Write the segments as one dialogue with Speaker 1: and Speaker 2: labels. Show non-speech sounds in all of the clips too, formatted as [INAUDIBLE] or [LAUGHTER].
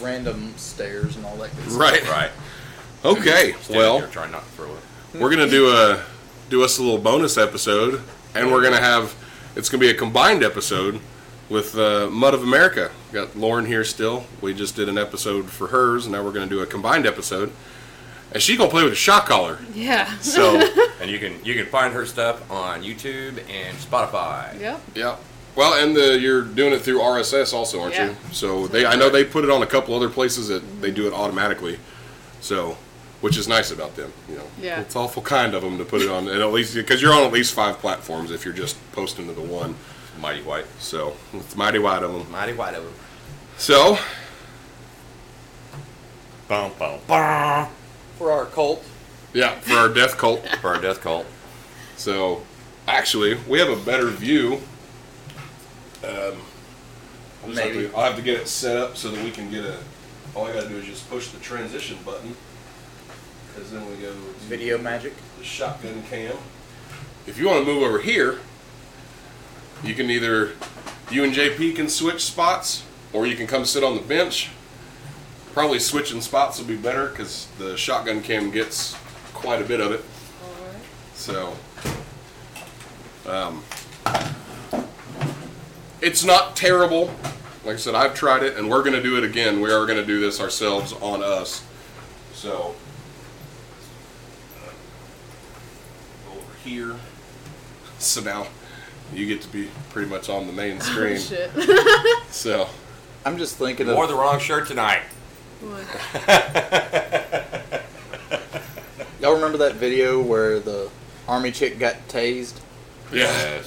Speaker 1: random stairs and all that good stuff.
Speaker 2: Right.
Speaker 3: [COUGHS] Right.
Speaker 2: Okay.
Speaker 3: Stand
Speaker 2: Well,
Speaker 3: here, try not to throw it.
Speaker 2: we're gonna do a do us a little bonus episode, and we're gonna have it's gonna be a combined episode with uh, Mud of America. Got Lauren here still. We just did an episode for hers, and now we're gonna do a combined episode, and she gonna play with a shock collar.
Speaker 4: Yeah.
Speaker 2: So.
Speaker 3: And you can you can find her stuff on YouTube and Spotify.
Speaker 4: [LAUGHS] yep.
Speaker 2: Yeah. Well, and the, you're doing it through RSS also, aren't
Speaker 4: Yeah.
Speaker 2: you? So they, I know they put it on a couple other places that they do it automatically. So, which is nice about them. You know,
Speaker 4: Yeah.
Speaker 2: it's awful kind of them to put it on, and at least because you're on at least five platforms if you're just posting to the one.
Speaker 3: Mighty White.
Speaker 2: So it's mighty wide of them.
Speaker 3: Mighty White of them.
Speaker 2: So
Speaker 3: Bum, bum, bum.
Speaker 1: For our cult,
Speaker 2: yeah, for our death cult.
Speaker 3: For our death
Speaker 1: [LAUGHS]
Speaker 3: cult.
Speaker 2: So actually, we have a better view. Um, I'll just have
Speaker 1: Maybe.
Speaker 2: to- I'll have to get it set up so that we can get a. All I gotta do is just push the transition button, because then we go to
Speaker 1: video magic.
Speaker 2: the shotgun cam. If you want to move over here, you can either you and JP can switch spots, or you can come sit on the bench. Probably switching spots will be better because the shotgun cam gets quite a bit of it. So, um, it's not terrible. Like I said, I've tried it, and we're going to do it again. We are going to do this ourselves on us. So, uh, over here. So now you get to be pretty much on the main screen.
Speaker 4: Shit. [LAUGHS]
Speaker 2: so,
Speaker 1: I'm just thinking
Speaker 3: Wore
Speaker 1: of
Speaker 3: the wrong shirt [LAUGHS] tonight.
Speaker 1: y'all remember that video where the army chick got tased?
Speaker 2: yeah.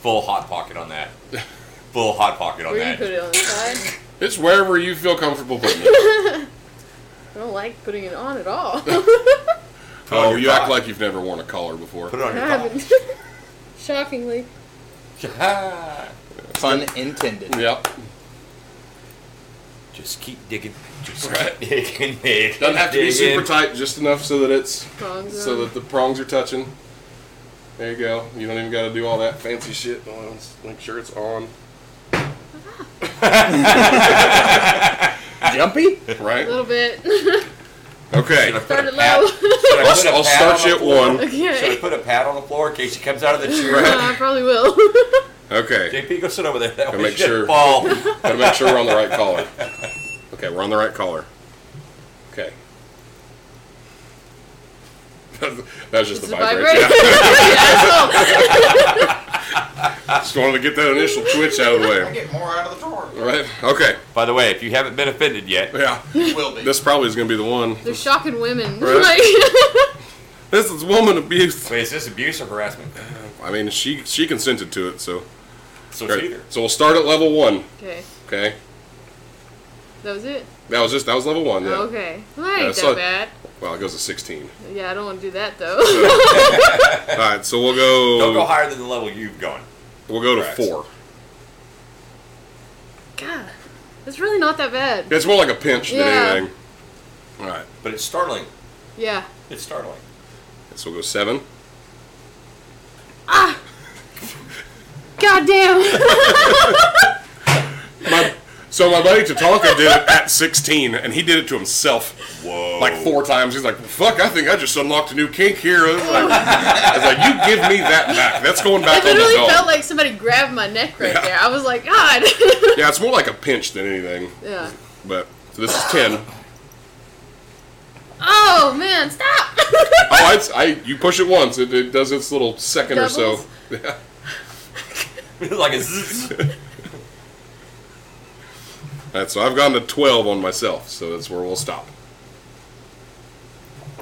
Speaker 3: Full hot pocket on [LAUGHS] that. Full hot pocket on
Speaker 4: Where you
Speaker 3: that.
Speaker 4: put it on the side?
Speaker 2: It's wherever you feel comfortable putting it.
Speaker 4: I don't like putting it on at all.
Speaker 3: Put it on
Speaker 2: oh,
Speaker 3: your
Speaker 2: you act
Speaker 3: cock.
Speaker 2: like you've never worn a collar before.
Speaker 3: Put it on
Speaker 4: [LAUGHS] I
Speaker 3: your
Speaker 4: haven't. [LAUGHS] Shockingly.
Speaker 3: cock.
Speaker 1: Pun intended.
Speaker 2: Yep.
Speaker 3: [LAUGHS] Just keep digging. Just
Speaker 2: Right.
Speaker 3: keep digging, digging.
Speaker 2: Doesn't have to be
Speaker 3: digging.
Speaker 2: super tight, just enough so that it's
Speaker 4: Prongs
Speaker 2: so
Speaker 4: on.
Speaker 2: that the prongs are touching. There you go. You don't even got to do all that fancy shit. Oh, let's make sure it's on,
Speaker 1: Jumpy?
Speaker 4: A
Speaker 2: right?
Speaker 4: little bit. [LAUGHS]
Speaker 2: Okay.
Speaker 3: Should I put
Speaker 4: Started
Speaker 3: a pad-
Speaker 4: low.
Speaker 3: should I
Speaker 2: I'll,
Speaker 3: put a
Speaker 2: I'll
Speaker 3: pad
Speaker 2: start you
Speaker 3: on the
Speaker 2: at
Speaker 3: floor?
Speaker 2: one.
Speaker 3: Should I
Speaker 4: [LAUGHS] okay.
Speaker 3: put a pad on the floor in case she comes out of the chair?
Speaker 2: Right.
Speaker 4: I probably will. [LAUGHS]
Speaker 2: Okay.
Speaker 3: JP, go sit over there. That
Speaker 2: Gotta
Speaker 3: way
Speaker 2: make
Speaker 3: she doesn't
Speaker 2: sure.
Speaker 3: fall.
Speaker 2: Gotta make sure we're on the right collar. Okay, we're on the right collar. Okay. that was just
Speaker 4: It's
Speaker 2: the
Speaker 4: a
Speaker 2: vibrator.
Speaker 4: vibrator.
Speaker 2: Yeah. [LAUGHS]
Speaker 4: Asshole.
Speaker 2: just wanted to get that initial twitch out of the way.
Speaker 1: Get more out of the drawer.
Speaker 2: All Right? Okay.
Speaker 3: [LAUGHS] By the way, if you haven't been offended yet,
Speaker 2: Yeah.
Speaker 1: Will be.
Speaker 2: This probably is gonna be the one.
Speaker 4: They're shocking women. [LAUGHS]
Speaker 2: This is woman abuse.
Speaker 3: wait, is this abuse or harassment?
Speaker 2: I mean, she she consented to it, so.
Speaker 3: So it's
Speaker 2: Great.
Speaker 3: either.
Speaker 2: So we'll start at level one.
Speaker 4: Like, okay.
Speaker 2: Okay.
Speaker 4: That was it? Oh,
Speaker 2: That was just that was level one. Yeah.
Speaker 4: Okay. Well, that
Speaker 2: Yeah,
Speaker 4: ain't
Speaker 2: so-
Speaker 4: that bad.
Speaker 2: Well, it goes to
Speaker 4: [LAUGHS]
Speaker 2: sixteen.
Speaker 4: Yeah, I don't want to do that
Speaker 2: [LAUGHS]
Speaker 4: though.
Speaker 2: All right, so we'll go.
Speaker 3: Don't go higher than the level you've gone.
Speaker 2: We'll go to
Speaker 3: Correct.
Speaker 2: four.
Speaker 4: God. It's really not that bad.
Speaker 2: It's more like a pinch
Speaker 4: Yeah.
Speaker 2: than anything. All right,
Speaker 3: But it's startling.
Speaker 4: Yeah.
Speaker 3: It's startling.
Speaker 2: so we'll go seven.
Speaker 4: God damn.
Speaker 2: My, so my buddy Tatanka did it at sixteen, and he did it to himself
Speaker 3: Whoa.
Speaker 2: like four times. He's like, "Fuck, I think I just unlocked a new kink here." I was like, I was like, "You give me that back. That's going
Speaker 4: I
Speaker 2: back on the
Speaker 4: literally
Speaker 2: dog."
Speaker 4: felt like somebody grabbed my neck right there. I was like, God. [LAUGHS]
Speaker 2: yeah, it's more like a pinch than anything.
Speaker 4: yeah.
Speaker 2: But so this is ten.
Speaker 4: Oh man, stop. [LAUGHS]
Speaker 2: Oh, it's, I you push it once, it, it does its little second or so.
Speaker 4: Doubles?
Speaker 2: Yeah.
Speaker 3: [LAUGHS] like a zzz.
Speaker 2: All right, so I've gone to twelve on myself, so that's where we'll
Speaker 4: [LAUGHS]
Speaker 2: stop.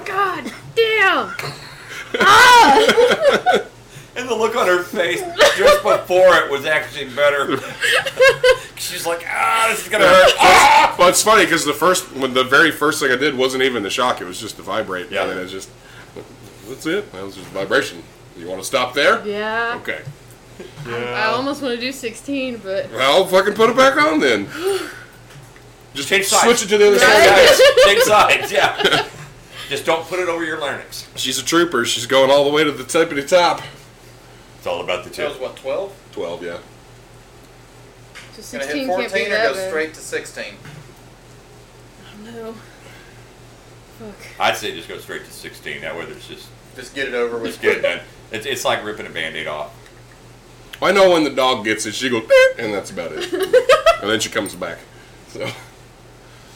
Speaker 4: God damn.
Speaker 3: And the look on her face just before it was actually better. [LAUGHS] She's like, ah, this is gonna hurt. Ah!
Speaker 2: Well, it's funny because the first, when the very first thing I did wasn't even the shock; it was just the vibrate.
Speaker 3: Yeah.
Speaker 2: and it's just that's it. That was just vibration. You want to stop there?
Speaker 4: Yeah.
Speaker 2: Okay.
Speaker 4: I almost want to do 16, but
Speaker 2: Well, fucking put it back on then. Just
Speaker 3: Change sides.
Speaker 2: switch it to the other
Speaker 4: Right.
Speaker 2: side.
Speaker 3: Guys, take sides, yeah. Just don't put it over your larynx.
Speaker 2: She's a trooper. She's going all the way to the top of the top.
Speaker 3: It's all about the
Speaker 1: That was
Speaker 3: tip.
Speaker 1: what, 12?
Speaker 2: Twelve, yeah.
Speaker 4: so
Speaker 1: Gonna
Speaker 4: 16
Speaker 1: hit
Speaker 4: can't
Speaker 1: 14
Speaker 4: be
Speaker 1: or
Speaker 4: that
Speaker 1: go
Speaker 4: bad.
Speaker 1: straight to 16?
Speaker 4: no. Fuck. [LAUGHS]
Speaker 3: I'd say just go straight to 16. That way there's just,
Speaker 1: Just get it over with.
Speaker 3: just get it done. It's, it's like ripping a band aid off.
Speaker 2: I know when the dog gets it, she goes, "Beep," and that's about
Speaker 4: [LAUGHS]
Speaker 2: it. and then she comes back. So,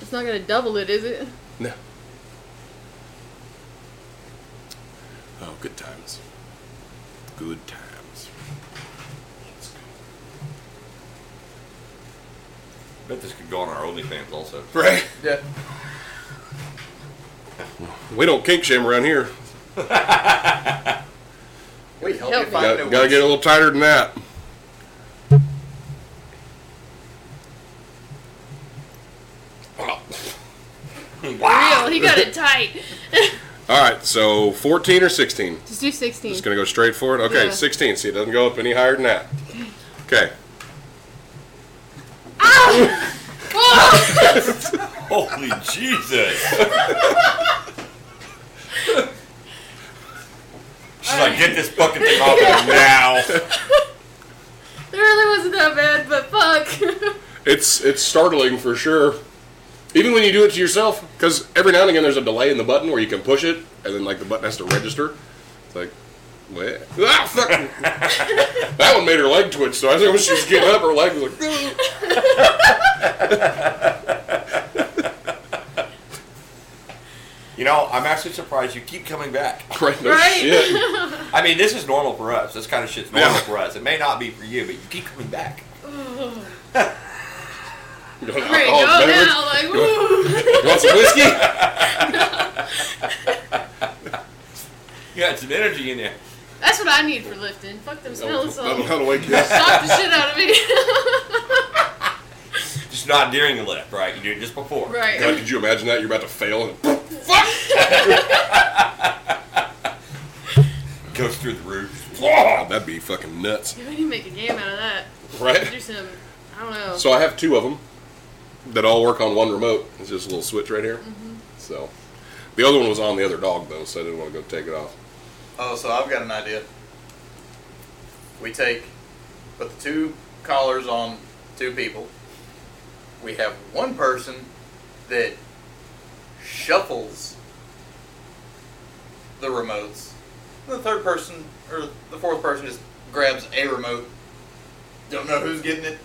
Speaker 4: It's not gonna double it, is it?
Speaker 2: no. Oh, good times. Good times. Let's go.
Speaker 3: bet this could go on our OnlyFans [LAUGHS] also.
Speaker 2: Right?
Speaker 1: Yeah.
Speaker 2: We don't kink shame around here.
Speaker 1: We help,
Speaker 4: Help
Speaker 1: you find
Speaker 4: me.
Speaker 2: Gotta,
Speaker 1: a
Speaker 2: gotta
Speaker 1: way.
Speaker 2: get a little tighter than that. Oh.
Speaker 4: Real. He got it tight.
Speaker 2: All right, so 14 or 16?
Speaker 4: Just do 16.
Speaker 2: Just gonna go straight for it. Okay,
Speaker 4: Yeah.
Speaker 2: 16. See, it doesn't go up any higher than that. Okay.
Speaker 4: Ah! Whoa!
Speaker 3: Holy Jesus! She's like, get this fucking thing off of me now.
Speaker 4: It really wasn't that bad, but fuck. [LAUGHS]
Speaker 2: It's it's startling for sure. Even when you do it to yourself, because every now and again there's a delay in the button where you can push it, and then like the button has to register. It's like, what? [LAUGHS] Ah,
Speaker 4: [LAUGHS]
Speaker 2: fuck. that one made her leg twitch. So I think when she was getting up, her leg was like. [LAUGHS]
Speaker 3: You know, I'm actually surprised you keep coming back.
Speaker 2: Right. No
Speaker 4: Right?
Speaker 2: Shit.
Speaker 3: I mean, this is normal for us. This kind of shit's normal
Speaker 2: Yeah.
Speaker 3: for us. It may not be for you, but you keep coming back.
Speaker 2: You
Speaker 4: [LAUGHS]
Speaker 2: want
Speaker 1: Oh,
Speaker 4: I'm ready to
Speaker 2: alcohol
Speaker 4: go
Speaker 2: beverage?
Speaker 4: now. Like, woo!
Speaker 2: You want some whiskey?
Speaker 3: You got some energy in there.
Speaker 4: [LAUGHS] That's what I need for lifting. Fuck them smells.
Speaker 2: That'll,
Speaker 4: Stop
Speaker 2: that'll wake you
Speaker 4: [LAUGHS]
Speaker 2: up.
Speaker 4: the shit out of me.
Speaker 3: Just not during the lift, right? You do it just before.
Speaker 4: right.
Speaker 2: God, could you imagine that? You're about to fail. And [LAUGHS]
Speaker 4: [LAUGHS]
Speaker 3: Goes through the roof.
Speaker 2: Wow, ah, that'd be fucking nuts,
Speaker 4: Dude, we need to make a game out of that.
Speaker 2: right?
Speaker 4: Do some, I don't know.
Speaker 2: So I have two of them that all work on one remote. It's just a little switch right here.
Speaker 4: Mm-hmm.
Speaker 2: So the other one was on the other dog though, so I didn't want to go take it off.
Speaker 1: Oh, so I've got an idea. We take, put the two collars on two people. We have one person that shuffles the remotes. The third person or the fourth person just grabs a remote. Don't know who's getting it.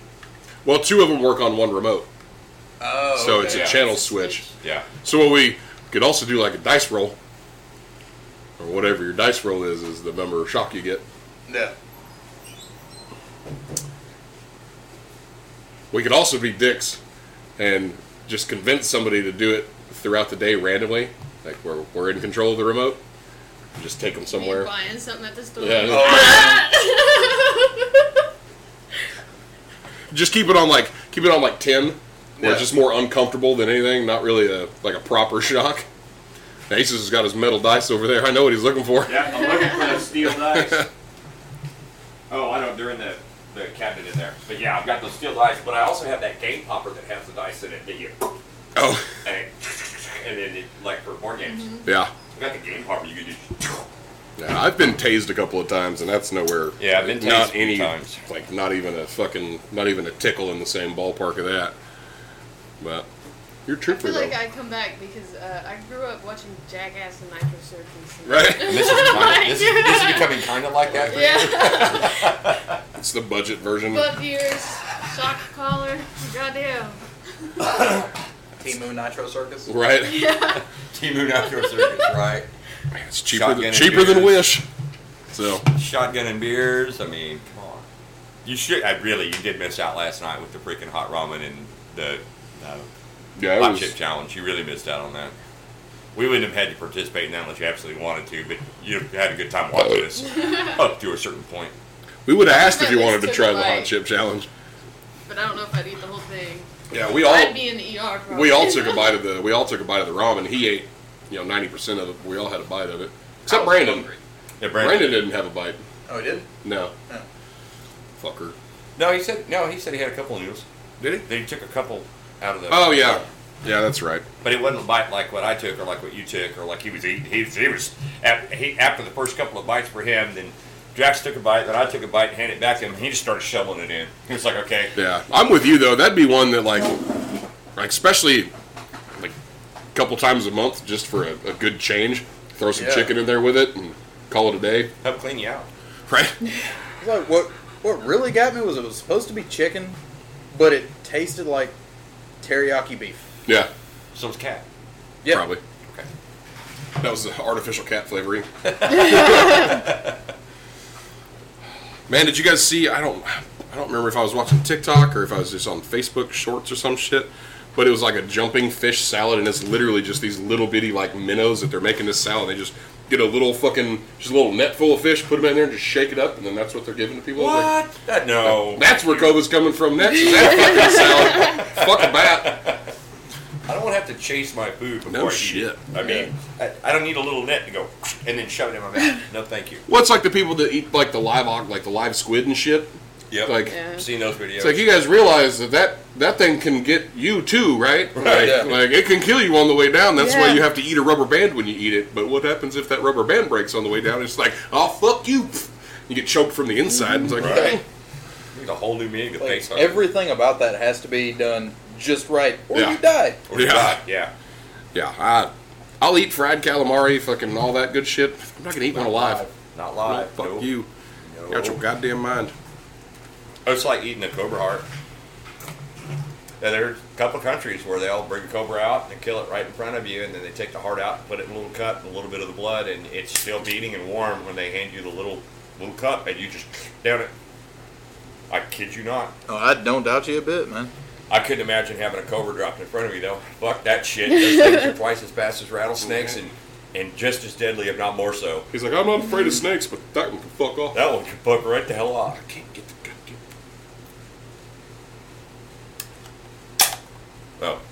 Speaker 2: Well, two of them work on one remote,
Speaker 1: Oh,
Speaker 2: so it's
Speaker 1: okay.
Speaker 2: a
Speaker 3: Yeah.
Speaker 2: channel switch.
Speaker 3: Yeah.
Speaker 2: So what we could also do like a dice roll, or whatever your dice roll is, is the number of shock you get.
Speaker 1: yeah.
Speaker 2: We could also be dicks and just convince somebody to do it throughout the day randomly, like we're we're in control of the remote. Just take them
Speaker 4: You're
Speaker 2: somewhere.
Speaker 4: buying something at the store.
Speaker 2: Yeah.
Speaker 4: [LAUGHS]
Speaker 1: Oh,
Speaker 2: just keep it on like keep it on like ten, where
Speaker 1: Yeah.
Speaker 2: it's just more uncomfortable than anything. Not really a like a proper [LAUGHS] shock. Aces has got his metal dice over there. I know what he's looking for.
Speaker 3: Yeah, I'm looking for the steel dice. [LAUGHS] Oh, I know they're in the, the cabinet in there. But yeah, I've got those steel dice, but I also have that game popper that has the dice in it that you
Speaker 2: Oh,
Speaker 3: and, it, and then it, like for board games.
Speaker 2: yeah.
Speaker 3: I've got the game popper you can just
Speaker 2: yeah. I've been tased a couple of times, and that's nowhere.
Speaker 3: Yeah, I've been tased a
Speaker 2: not
Speaker 3: few
Speaker 2: any
Speaker 3: times.
Speaker 2: like not even a fucking not even a tickle in the same ballpark of that. But you're
Speaker 4: I
Speaker 2: truthful
Speaker 4: feel
Speaker 2: though,
Speaker 4: like I come back because uh, I grew up watching Jackass and Nitro Circus. and-
Speaker 2: [LAUGHS] right?
Speaker 3: this is, kinda, this, is, this is becoming kind of like that.
Speaker 2: [LAUGHS]
Speaker 4: Yeah. [LAUGHS]
Speaker 2: It's the budget version.
Speaker 4: Butt ears, shock collar, goddamn.
Speaker 1: Timu Nitro Circus.
Speaker 4: [LAUGHS]
Speaker 2: Right,
Speaker 4: Yeah.
Speaker 3: Timu Outdoor Circus, right?
Speaker 2: it's cheaper
Speaker 3: Shotgun
Speaker 2: than,
Speaker 3: and
Speaker 2: cheaper than
Speaker 3: beers.
Speaker 2: Wish. So
Speaker 3: Shotgun and beers. I mean, come on. You should. I really, you did miss out last night with the freaking hot ramen and the uh,
Speaker 2: yeah, it
Speaker 3: hot
Speaker 2: was-
Speaker 3: chip challenge. You really missed out on that. We wouldn't have had you participate in that unless you absolutely wanted to, but you had a good time watching us up to a certain point.
Speaker 2: we would have asked if
Speaker 4: At
Speaker 2: you
Speaker 4: least
Speaker 2: wanted to
Speaker 4: took
Speaker 2: try
Speaker 4: a
Speaker 2: the hot
Speaker 4: bite.
Speaker 2: chip challenge.
Speaker 4: But I don't know if I'd eat the whole thing.
Speaker 2: Yeah, we all
Speaker 4: I'd be in the ER probably.
Speaker 2: We all took a bite of the. We all took a bite of the ramen. He ate, you know, ninety percent of it. We all had a bite of it, except Brandon.
Speaker 3: Yeah,
Speaker 2: Brandon didn't have a bite.
Speaker 1: Oh, he did?
Speaker 2: No,
Speaker 1: Yeah.
Speaker 2: fucker.
Speaker 3: No, he said no. He said he had a couple of noodles.
Speaker 2: Did he?
Speaker 3: They took a couple out of the.
Speaker 2: Oh yeah, yeah, that's right.
Speaker 3: But it wasn't a bite like what I took, or like what you took, or like he was eating. He was, he was af- he, after the first couple of bites for him, then Drax took a bite, then I took a bite and handed it back to him. And he just started shoveling it in. He was like, "Okay,
Speaker 2: Yeah, I'm with you though. That'd be one that like, like especially like couple times a month just for a, a good change. Throw some
Speaker 1: Yeah.
Speaker 2: chicken in there with it and call it a day.
Speaker 3: Help clean you out.
Speaker 2: [LAUGHS] Right?
Speaker 5: Like what? What really got me was it was supposed to be chicken, but it tasted like teriyaki beef.
Speaker 2: yeah,
Speaker 3: So it's cat.
Speaker 5: Yep.
Speaker 2: probably.
Speaker 3: Okay.
Speaker 2: That was the artificial cat flavoring. Man, did you guys see? I don't, I don't remember if I was watching TikTok or if I was just on Facebook Shorts or some shit. But it was like a jumping fish salad, and it's literally just these little bitty like minnows that they're making this salad. They just get a little fucking, just a little net full of fish, put them in there, and just shake it up, and then that's what they're giving to people. I was like,
Speaker 3: That, no.
Speaker 2: that's where COVID's coming from next. Is that fucking salad? Fuck about.
Speaker 3: I don't want to have to chase my food before
Speaker 2: No
Speaker 3: I eat
Speaker 2: shit.
Speaker 3: it. I mean, I, I don't need a little net to go and then shove it in my mouth. No, thank you.
Speaker 2: What's like the people that eat like the live, aug- like the live squid and shit?
Speaker 3: Yep.
Speaker 2: Like,
Speaker 4: Yeah.
Speaker 3: seen those videos.
Speaker 2: It's like you guys realize that that, that thing can get you too, [LAUGHS] right? Like,
Speaker 1: yeah.
Speaker 2: like it can kill you on the way down. That's why
Speaker 6: Yeah.
Speaker 2: you have to eat a rubber band when you eat it. But what happens if that rubber band breaks on the way down? It's like, oh fuck you! You get choked from the inside. It's like,
Speaker 3: Right. There's a whole new meaning to
Speaker 5: Like,
Speaker 3: face on.
Speaker 5: everything about that has to be done just right, or
Speaker 2: Yeah.
Speaker 5: you die.
Speaker 3: Or you
Speaker 2: Yeah.
Speaker 3: die, yeah.
Speaker 2: yeah, I, I'll eat fried calamari, fucking all that good shit. I'm not gonna eat one alive.
Speaker 3: Not
Speaker 2: No,
Speaker 3: live.
Speaker 2: fuck
Speaker 3: no.
Speaker 2: you!
Speaker 3: No.
Speaker 2: You Got your goddamn mind.
Speaker 3: Oh, It's like eating a cobra heart. Yeah, there's a couple of countries where they'll bring a cobra out and they kill it right in front of you, and then they take the heart out and put it in a little cup and a little bit of the blood, and it's still beating and warm when they hand you the little little cup, and you just down it. I kid you not.
Speaker 1: Oh, I don't doubt you a bit, man.
Speaker 3: I couldn't imagine having a cobra dropped in front of me though. Fuck that shit. Those things are twice as fast as rattlesnakes and, and just as deadly, if not more so.
Speaker 2: He's like, I'm not afraid of snakes, but that one can fuck off.
Speaker 3: That one can fuck right the hell off.
Speaker 2: I can't get the goddamn.
Speaker 3: Oh,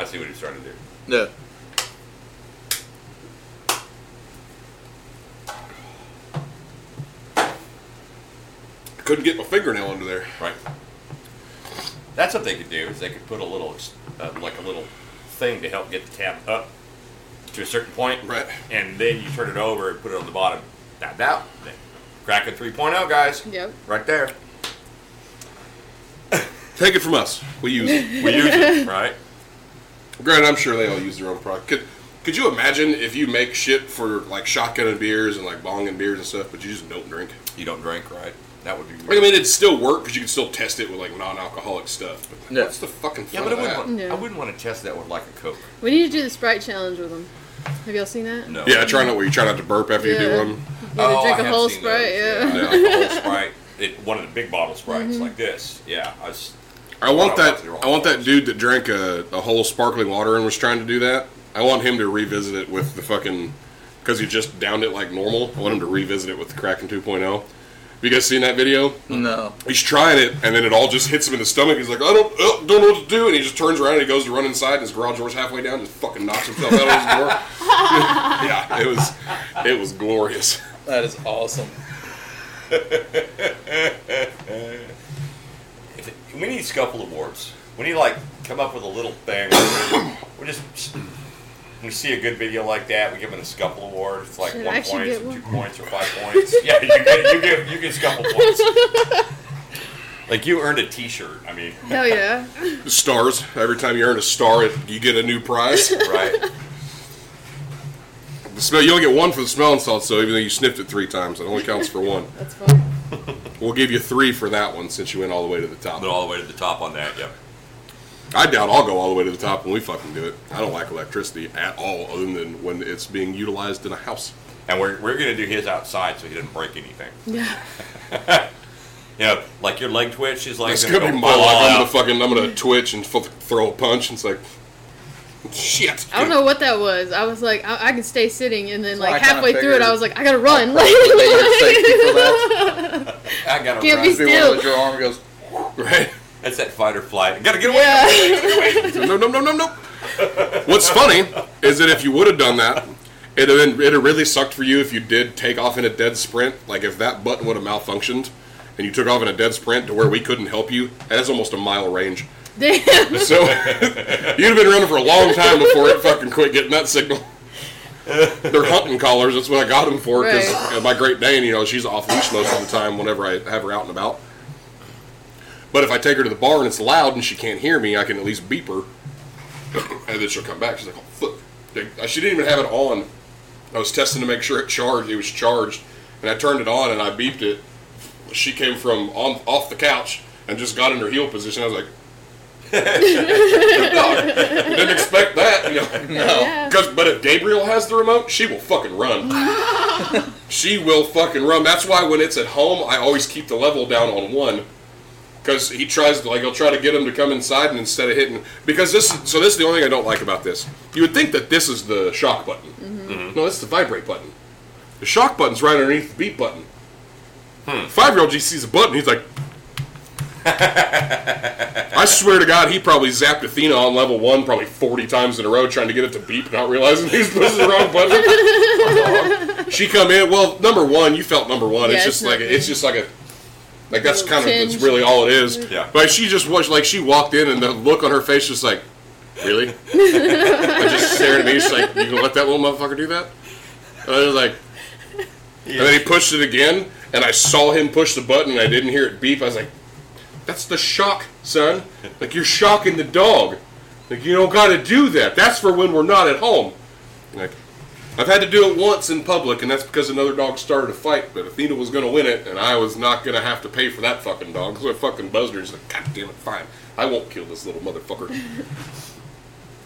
Speaker 3: I see what he's trying to do.
Speaker 1: Yeah.
Speaker 2: I couldn't get my fingernail under there.
Speaker 3: Right. That's what they could do is they could put a little uh, like a little thing to help get the cap up to a certain point,
Speaker 2: Right.
Speaker 3: and then you turn it over and put it on the bottom. That that crack a 3.0 guys.
Speaker 4: [LAUGHS] Yep.
Speaker 3: Right there.
Speaker 2: Take it from us. We use it.
Speaker 3: We use it, right?
Speaker 2: Granted, I'm sure they all use their own product. Could could you imagine if you make shit for like shotgun and beers and like bong and beers and stuff, but you just don't drink?
Speaker 3: You don't drink, right? That would be
Speaker 2: Like, I mean, it'd still work because you can still test it with like non-alcoholic stuff. But
Speaker 1: Yeah.
Speaker 2: what's the fucking fun
Speaker 3: Yeah, but I
Speaker 2: of
Speaker 3: wouldn't,
Speaker 2: that?
Speaker 3: want,
Speaker 4: Yeah.
Speaker 3: I wouldn't want to test that with like a Coke.
Speaker 4: We need to do the Sprite challenge with them. Have y'all seen that?
Speaker 3: No. Oh,
Speaker 2: Yeah, try not where you try not to burp after you do
Speaker 4: Yeah.
Speaker 2: one.
Speaker 4: You gotta drink a
Speaker 3: have
Speaker 4: whole
Speaker 3: seen
Speaker 4: Sprite,
Speaker 3: those,
Speaker 4: yeah. Mm-hmm.
Speaker 2: yeah.
Speaker 3: Like a
Speaker 4: [LAUGHS]
Speaker 3: whole Sprite. It, one of the big bottle Sprites like this. Yeah. I was,
Speaker 2: I want
Speaker 3: Well,
Speaker 2: that.
Speaker 3: you're
Speaker 2: I want that dude that drank a, a whole sparkling water and was trying to do that. I want him to revisit it with the fucking because he just downed it like normal. I want him to revisit it with the Kraken 2.0. Have you guys seen that video?
Speaker 1: No.
Speaker 2: He's trying it, and then it all just hits him in the stomach. He's like, I don't, uh, don't know what to do, and he just turns around and he goes to run inside, and his garage door's halfway down, just fucking knocks himself out of his door. [LAUGHS] yeah, it was, it was glorious.
Speaker 5: That is awesome.
Speaker 3: if it- we need scuffle awards. We need like come up with a little thing. [COUGHS] where we just we see a good video like that. We give it a scuffle award. It's like
Speaker 4: Should I
Speaker 3: one
Speaker 4: actually
Speaker 3: point,
Speaker 4: get
Speaker 3: two
Speaker 4: one?
Speaker 3: points, or five points. [LAUGHS] yeah, you get you give you get scuffle
Speaker 4: [LAUGHS]
Speaker 3: points. like you earned a T-shirt. I mean,
Speaker 4: Hell yeah.
Speaker 2: Stars. Every time you earn a star, it, you get a new prize.
Speaker 4: [LAUGHS]
Speaker 3: right?
Speaker 2: The smell. You only get one for the smelling salts, though, even though you sniffed it three times. It only counts for one.
Speaker 4: That's fun.
Speaker 2: We'll give you three for that one since you went all the way to the top.
Speaker 3: Went all the way to the top on that. Yep.
Speaker 2: I doubt I'll go all the way to the top when we fucking do it. I don't like electricity at all, other than when it's being utilized in a house.
Speaker 3: And we're, we're going to do his outside so he doesn't break anything.
Speaker 4: Yeah.
Speaker 3: You know, like your leg twitch is like
Speaker 2: It's
Speaker 3: gonna
Speaker 2: gonna be
Speaker 3: go
Speaker 2: my
Speaker 3: full
Speaker 2: life. I'm
Speaker 3: out.
Speaker 2: gonna fucking, I'm gonna twitch and f- throw a punch. And it's like, shit.
Speaker 4: I don't know what that was. I was like, I, I can stay sitting, and then
Speaker 5: So I
Speaker 4: like
Speaker 5: kinda
Speaker 4: halfway through it,
Speaker 5: figured-
Speaker 4: I was like, I gotta
Speaker 5: [LAUGHS]
Speaker 4: run.
Speaker 5: Probably be your
Speaker 4: [LAUGHS]
Speaker 5: safety for that.
Speaker 3: I gotta
Speaker 4: Can't
Speaker 3: run.
Speaker 4: be-
Speaker 5: Be one that your arm goes.
Speaker 2: Right?
Speaker 3: That's that fight or flight. I gotta get away.
Speaker 5: [LAUGHS]
Speaker 4: yeah. [LAUGHS]
Speaker 2: No, no, no, no, no. What's funny is that if you would have done that, it'd have been, it'd have really sucked for you if you did take off in a dead sprint. Like if that button would have malfunctioned, and you took off in a dead sprint to where we couldn't help you. That's almost a mile range.
Speaker 4: Damn.
Speaker 2: [LAUGHS] So you'd have been running for a long time before it fucking quit getting that signal. They're hunting collars. That's what I got them for. Because
Speaker 4: Right.
Speaker 2: my Great Dane, you know, she's off leash most of the time whenever I have her out and about. But if I take her to the [COUGHS] bar and it's loud and she can't hear me, I can at least beep her, and then she'll come back. She's like, "Oh fuck!" I- she didn't even have it on. I was testing to make sure it charged. It was charged, and I turned it on and I beeped it. She came from on off the couch and just got in her heel position. I was like, "Dog, [LAUGHS] we didn't expect that." You know?
Speaker 4: Yeah.
Speaker 2: Because, but if Gabriel has the remote, she will fucking run. she will fucking run. That's why when it's at home, I always keep the level down on one. Because he tries to, like, I'll try to get him to come inside, and instead of hitting, because this, so this is the only thing I don't like about this. You would think that this is the shock button.
Speaker 4: Mm-hmm.
Speaker 2: No, it's the vibrate button. The shock button's right underneath the beat button.
Speaker 4: Hmm.
Speaker 2: Five-year-old G sees a button, he's like.
Speaker 4: [LAUGHS]
Speaker 2: I swear to God, he probably zapped Athena on level one probably 40 times in a row, trying to get it to beep, not realizing he's pressing the wrong
Speaker 4: [LAUGHS]
Speaker 2: button. she come in. Well, number one, you felt number one.
Speaker 4: Yeah,
Speaker 2: it's
Speaker 4: it's
Speaker 2: just like
Speaker 4: not-
Speaker 2: a, it's just like a like that's
Speaker 4: Little
Speaker 2: kind of that's
Speaker 4: tinge.
Speaker 2: really all it is.
Speaker 3: Yeah.
Speaker 2: But she just was like she walked in and the look on her face just like, really? I just staring at me. She's like, you gonna let that little motherfucker do that? And I was like, and then he pushed it again, and I saw him push the button, and I didn't hear it beep. I was like, that's the shock, son. Like, you're shocking the dog. Like, you don't gotta do that. That's for when we're not at home. Like, I've had to do it once in public, and that's because another dog started a fight, but Athena was gonna win it, and I was not gonna have to pay for that fucking dog. So I fucking buzzed her, and she's like, God damn it, fine. I won't kill this little
Speaker 3: [LAUGHS]
Speaker 2: motherfucker.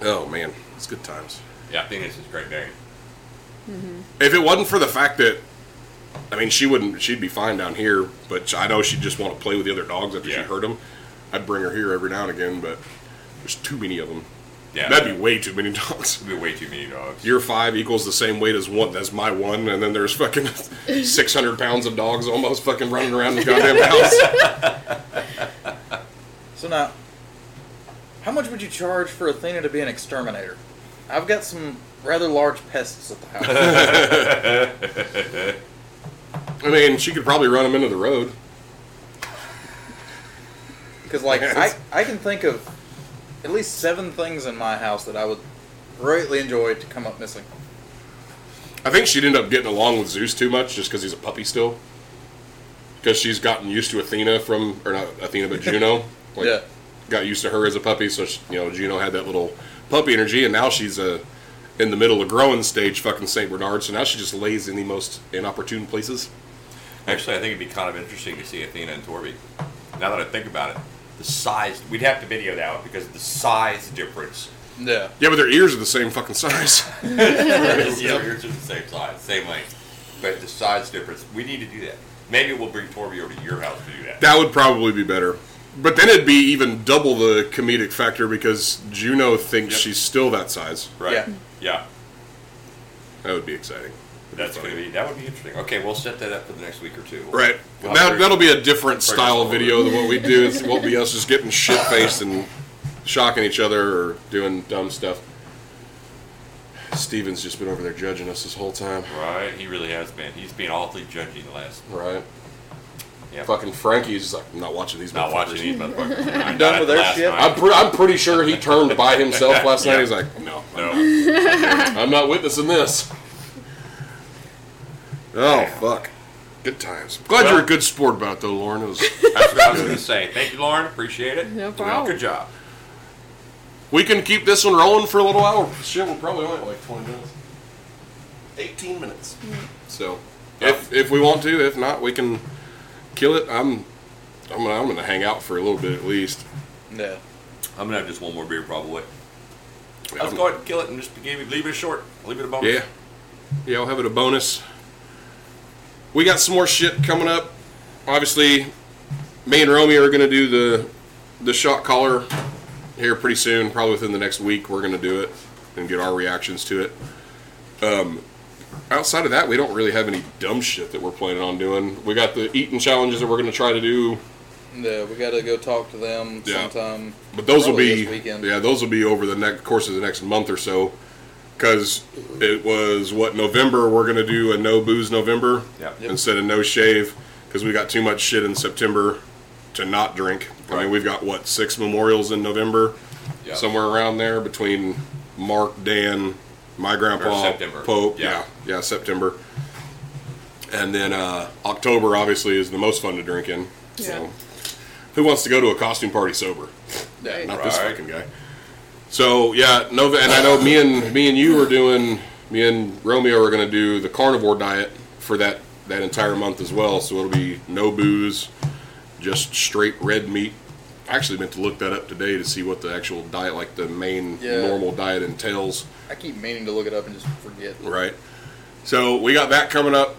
Speaker 2: oh, man. It's good times.
Speaker 3: Yeah, I think this is great bearing.
Speaker 2: If it wasn't for the fact that, I mean, she wouldn't, she'd be fine down here, but I know she'd just want to play with the other dogs after she
Speaker 3: Yeah.
Speaker 2: heard them. I'd bring her here every now and again, but there's too many of them.
Speaker 3: Yeah,
Speaker 2: That'd be way too many [LAUGHS] dogs.
Speaker 3: There'd be way too many dogs.
Speaker 2: [LAUGHS] Year five equals the same weight as one as my one, and then there's fucking 600 pounds of dogs almost fucking running around the goddamn house.
Speaker 5: So now, how much would you charge for Athena to be an exterminator? I've got some rather large pests at the house.
Speaker 3: [LAUGHS]
Speaker 2: I mean, she could probably run them into the road.
Speaker 5: Because, like, I, I can think of at least seven things in my house that I would greatly enjoy to come up missing.
Speaker 2: I think she'd end up getting along with Zeus too much just because he's a puppy still. Because she's gotten used to Athena from, or not Athena, but Juno. Like,
Speaker 5: Yeah.
Speaker 2: Got used to her as a puppy, so she, you know Juno had that little puppy energy, and now she's uh, in the middle of growing stage, fucking Saint Bernard. So now she just lays in the most inopportune places.
Speaker 3: [LAUGHS] Actually, I think it'd be kind of interesting to see Athena and Torby. Now that I think about it, the size we'd have to video that one because of the size
Speaker 4: [LAUGHS]
Speaker 3: difference. [LAUGHS]
Speaker 5: Yeah.
Speaker 2: Yeah, but their ears are the same fucking size. [LAUGHS]
Speaker 3: yeah, yours are the same size, same length, but the size difference. We need to do that. Maybe we'll bring Torby over to your house to do that.
Speaker 2: That would probably be better. But then it'd be even double the comedic factor because Juno thinks
Speaker 3: Yep.
Speaker 2: she's still that size.
Speaker 3: right?
Speaker 5: Yeah.
Speaker 3: Yeah.
Speaker 2: That would be exciting.
Speaker 3: That's going to be that would be interesting. Okay, we'll set that up for the next week or two. We'll-
Speaker 2: Right.
Speaker 3: we'll have
Speaker 2: that,
Speaker 3: to-
Speaker 2: that'll be a different
Speaker 3: Bring
Speaker 2: style of
Speaker 3: us forward.
Speaker 2: video than what we do. It won't be us just getting shit faced and shocking each other or doing dumb stuff. Steven's just been over there judging us this whole time.
Speaker 3: Right, he really has been. He's been awfully judgy the last.
Speaker 2: Right.
Speaker 3: Yeah,
Speaker 2: Fucking Frankie's just like, I'm not watching these
Speaker 3: not
Speaker 2: motherfuckers."
Speaker 3: watching these motherfuckers. I'm
Speaker 5: done with their shit?
Speaker 2: I'm, pre- I'm pretty sure he turned by
Speaker 3: [LAUGHS]
Speaker 2: himself last night. He's like,
Speaker 5: [LAUGHS]
Speaker 2: no,
Speaker 3: No,
Speaker 2: I'm not witnessing this. Oh, fuck. Good times. Glad
Speaker 3: Well-
Speaker 2: you're a good sport about it, though, Lauren. It was,
Speaker 3: that's what I was going to say. Thank you, Lauren. Appreciate it.
Speaker 4: No problem.
Speaker 3: Good job.
Speaker 2: we can keep this one rolling for a little while. Shit, we're probably only at like 20 minutes. 18 minutes. So, if if we want to, if not, we can kill it. I'm I'm gonna, I'm gonna hang out for a little bit at least.
Speaker 5: Yeah.
Speaker 3: [LAUGHS] I'm gonna have just one more beer probably. Let's
Speaker 2: I'm-
Speaker 3: go ahead and kill it and just give it, leave it short. Leave it a bonus.
Speaker 2: Yeah. Yeah, I'll have it a bonus. We got some more shit coming up. Obviously, me and Romeo are gonna do the the shot collar here pretty soon, probably within the next week we're gonna do it and get our reactions to it. Um outside of that we don't really have any dumb shit that we're planning on doing. We got the eating challenges that we're gonna try to do
Speaker 5: Yeah, we got to go talk to them
Speaker 2: Yeah.
Speaker 5: sometime.
Speaker 2: but those will
Speaker 5: Probably
Speaker 2: be
Speaker 5: this weekend.
Speaker 2: yeah, those will be over the next course of the next month or so. Because it was what November we're gonna do a no booze November
Speaker 3: Yeah.
Speaker 5: Yep.
Speaker 2: instead of no shave because we got too much shit in September to not drink. I mean,
Speaker 3: Right.
Speaker 2: we've got what six memorials in November,
Speaker 3: Yeah.
Speaker 2: somewhere around there between Mark, Dan, my grandpa,
Speaker 3: Or September.
Speaker 2: Pope,
Speaker 3: Yeah.
Speaker 2: yeah, yeah, September, and then uh, October obviously is the most fun to drink in.
Speaker 4: Yeah.
Speaker 2: So, who wants to go to a costume party sober?
Speaker 5: Yeah.
Speaker 2: Not this
Speaker 3: Right.
Speaker 2: fucking guy. So yeah, Nova, and I know me and me and you are doing. Me and Romeo are going to do the carnivore diet for that that entire month as well. So it'll be no booze, just straight red meat. I actually meant to look that up today to see what the actual diet, like the main
Speaker 5: Yeah.
Speaker 2: normal diet, entails.
Speaker 5: I keep meaning to look it up and just forget.
Speaker 2: Right. So we got that coming up.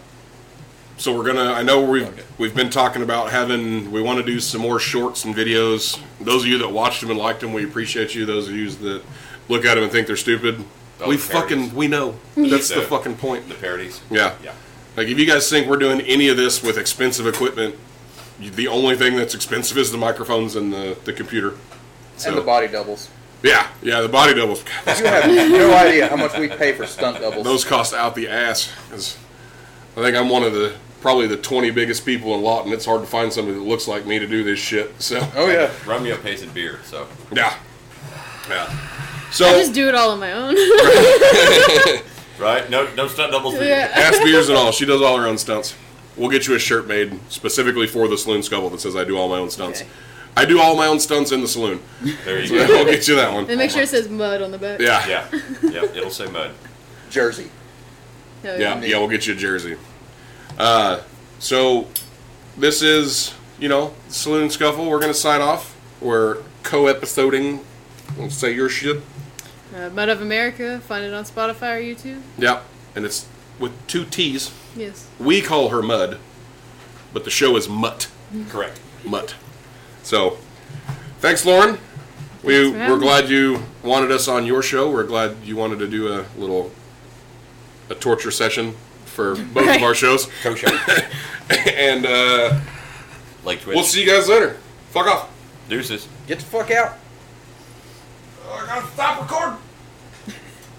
Speaker 2: So we're gonna. I know we've
Speaker 5: Okay.
Speaker 2: we've been talking about having. We want to do some more shorts and videos. Those of you that watched them and liked them, we appreciate you. Those of you that look at them and think they're stupid,
Speaker 3: Oh,
Speaker 2: we
Speaker 3: the parodies.
Speaker 2: fucking we know. That's the
Speaker 3: Yeah.
Speaker 2: fucking point.
Speaker 3: The parodies.
Speaker 2: Yeah.
Speaker 3: Yeah.
Speaker 2: Like if you guys think we're doing any of this with expensive equipment, you, the only thing that's expensive is the microphones and the the computer. So
Speaker 5: And the body doubles.
Speaker 2: yeah, yeah, the body [LAUGHS] doubles. God,
Speaker 5: You have no idea how much we pay for stunt doubles.
Speaker 2: Those cost out the ass. 'cause I think I'm one of the probably the 20 biggest people in Lawton. It's hard to find somebody that looks like me to do this shit. So
Speaker 5: oh yeah.
Speaker 3: Romeo pays in beer, so
Speaker 2: yeah, yeah.
Speaker 4: I
Speaker 2: So
Speaker 4: just [LAUGHS] do it all on my own.
Speaker 3: right? No, no stunt doubles. for you.
Speaker 4: yeah.
Speaker 2: ass beers and all. She does all her own stunts. We'll get you a shirt made specifically for the saloon scuttle that says I do all my own stunts.
Speaker 4: Okay.
Speaker 2: I do all my own stunts in the saloon.
Speaker 3: There
Speaker 5: [LAUGHS]
Speaker 3: you
Speaker 2: [LAUGHS]
Speaker 3: go.
Speaker 2: We'll get you that one.
Speaker 4: And make sure it says mud on the back.
Speaker 2: Yeah, yeah,
Speaker 3: Yeah. Yeah. It'll say mud.
Speaker 5: Jersey.
Speaker 4: Hell
Speaker 2: yeah. We'll get you a jersey. Uh, so this is you know saloon scuffle. We're gonna sign off. We're co-episoding. We'll say your shit.
Speaker 4: Uh, mud of America. Find it on Spotify or YouTube.
Speaker 2: Yeah, and it's with two T's.
Speaker 4: Yes.
Speaker 2: We call her Mud, but the show is Mutt.
Speaker 3: Correct.
Speaker 2: Mutt. So, thanks, Lauren. We
Speaker 4: Thanks for
Speaker 2: we're
Speaker 4: having me.
Speaker 2: glad you wanted us on your show. We're glad you wanted to do a little a torture session for both of our
Speaker 4: Right.
Speaker 2: shows. [LAUGHS]
Speaker 5: [LAUGHS]
Speaker 3: Kosher.
Speaker 2: and uh,
Speaker 3: Lake Twitch.
Speaker 2: we'll see you guys later. Fuck off.
Speaker 3: Deuces.
Speaker 5: Get the fuck out.
Speaker 2: I Oh, gotta stop recording.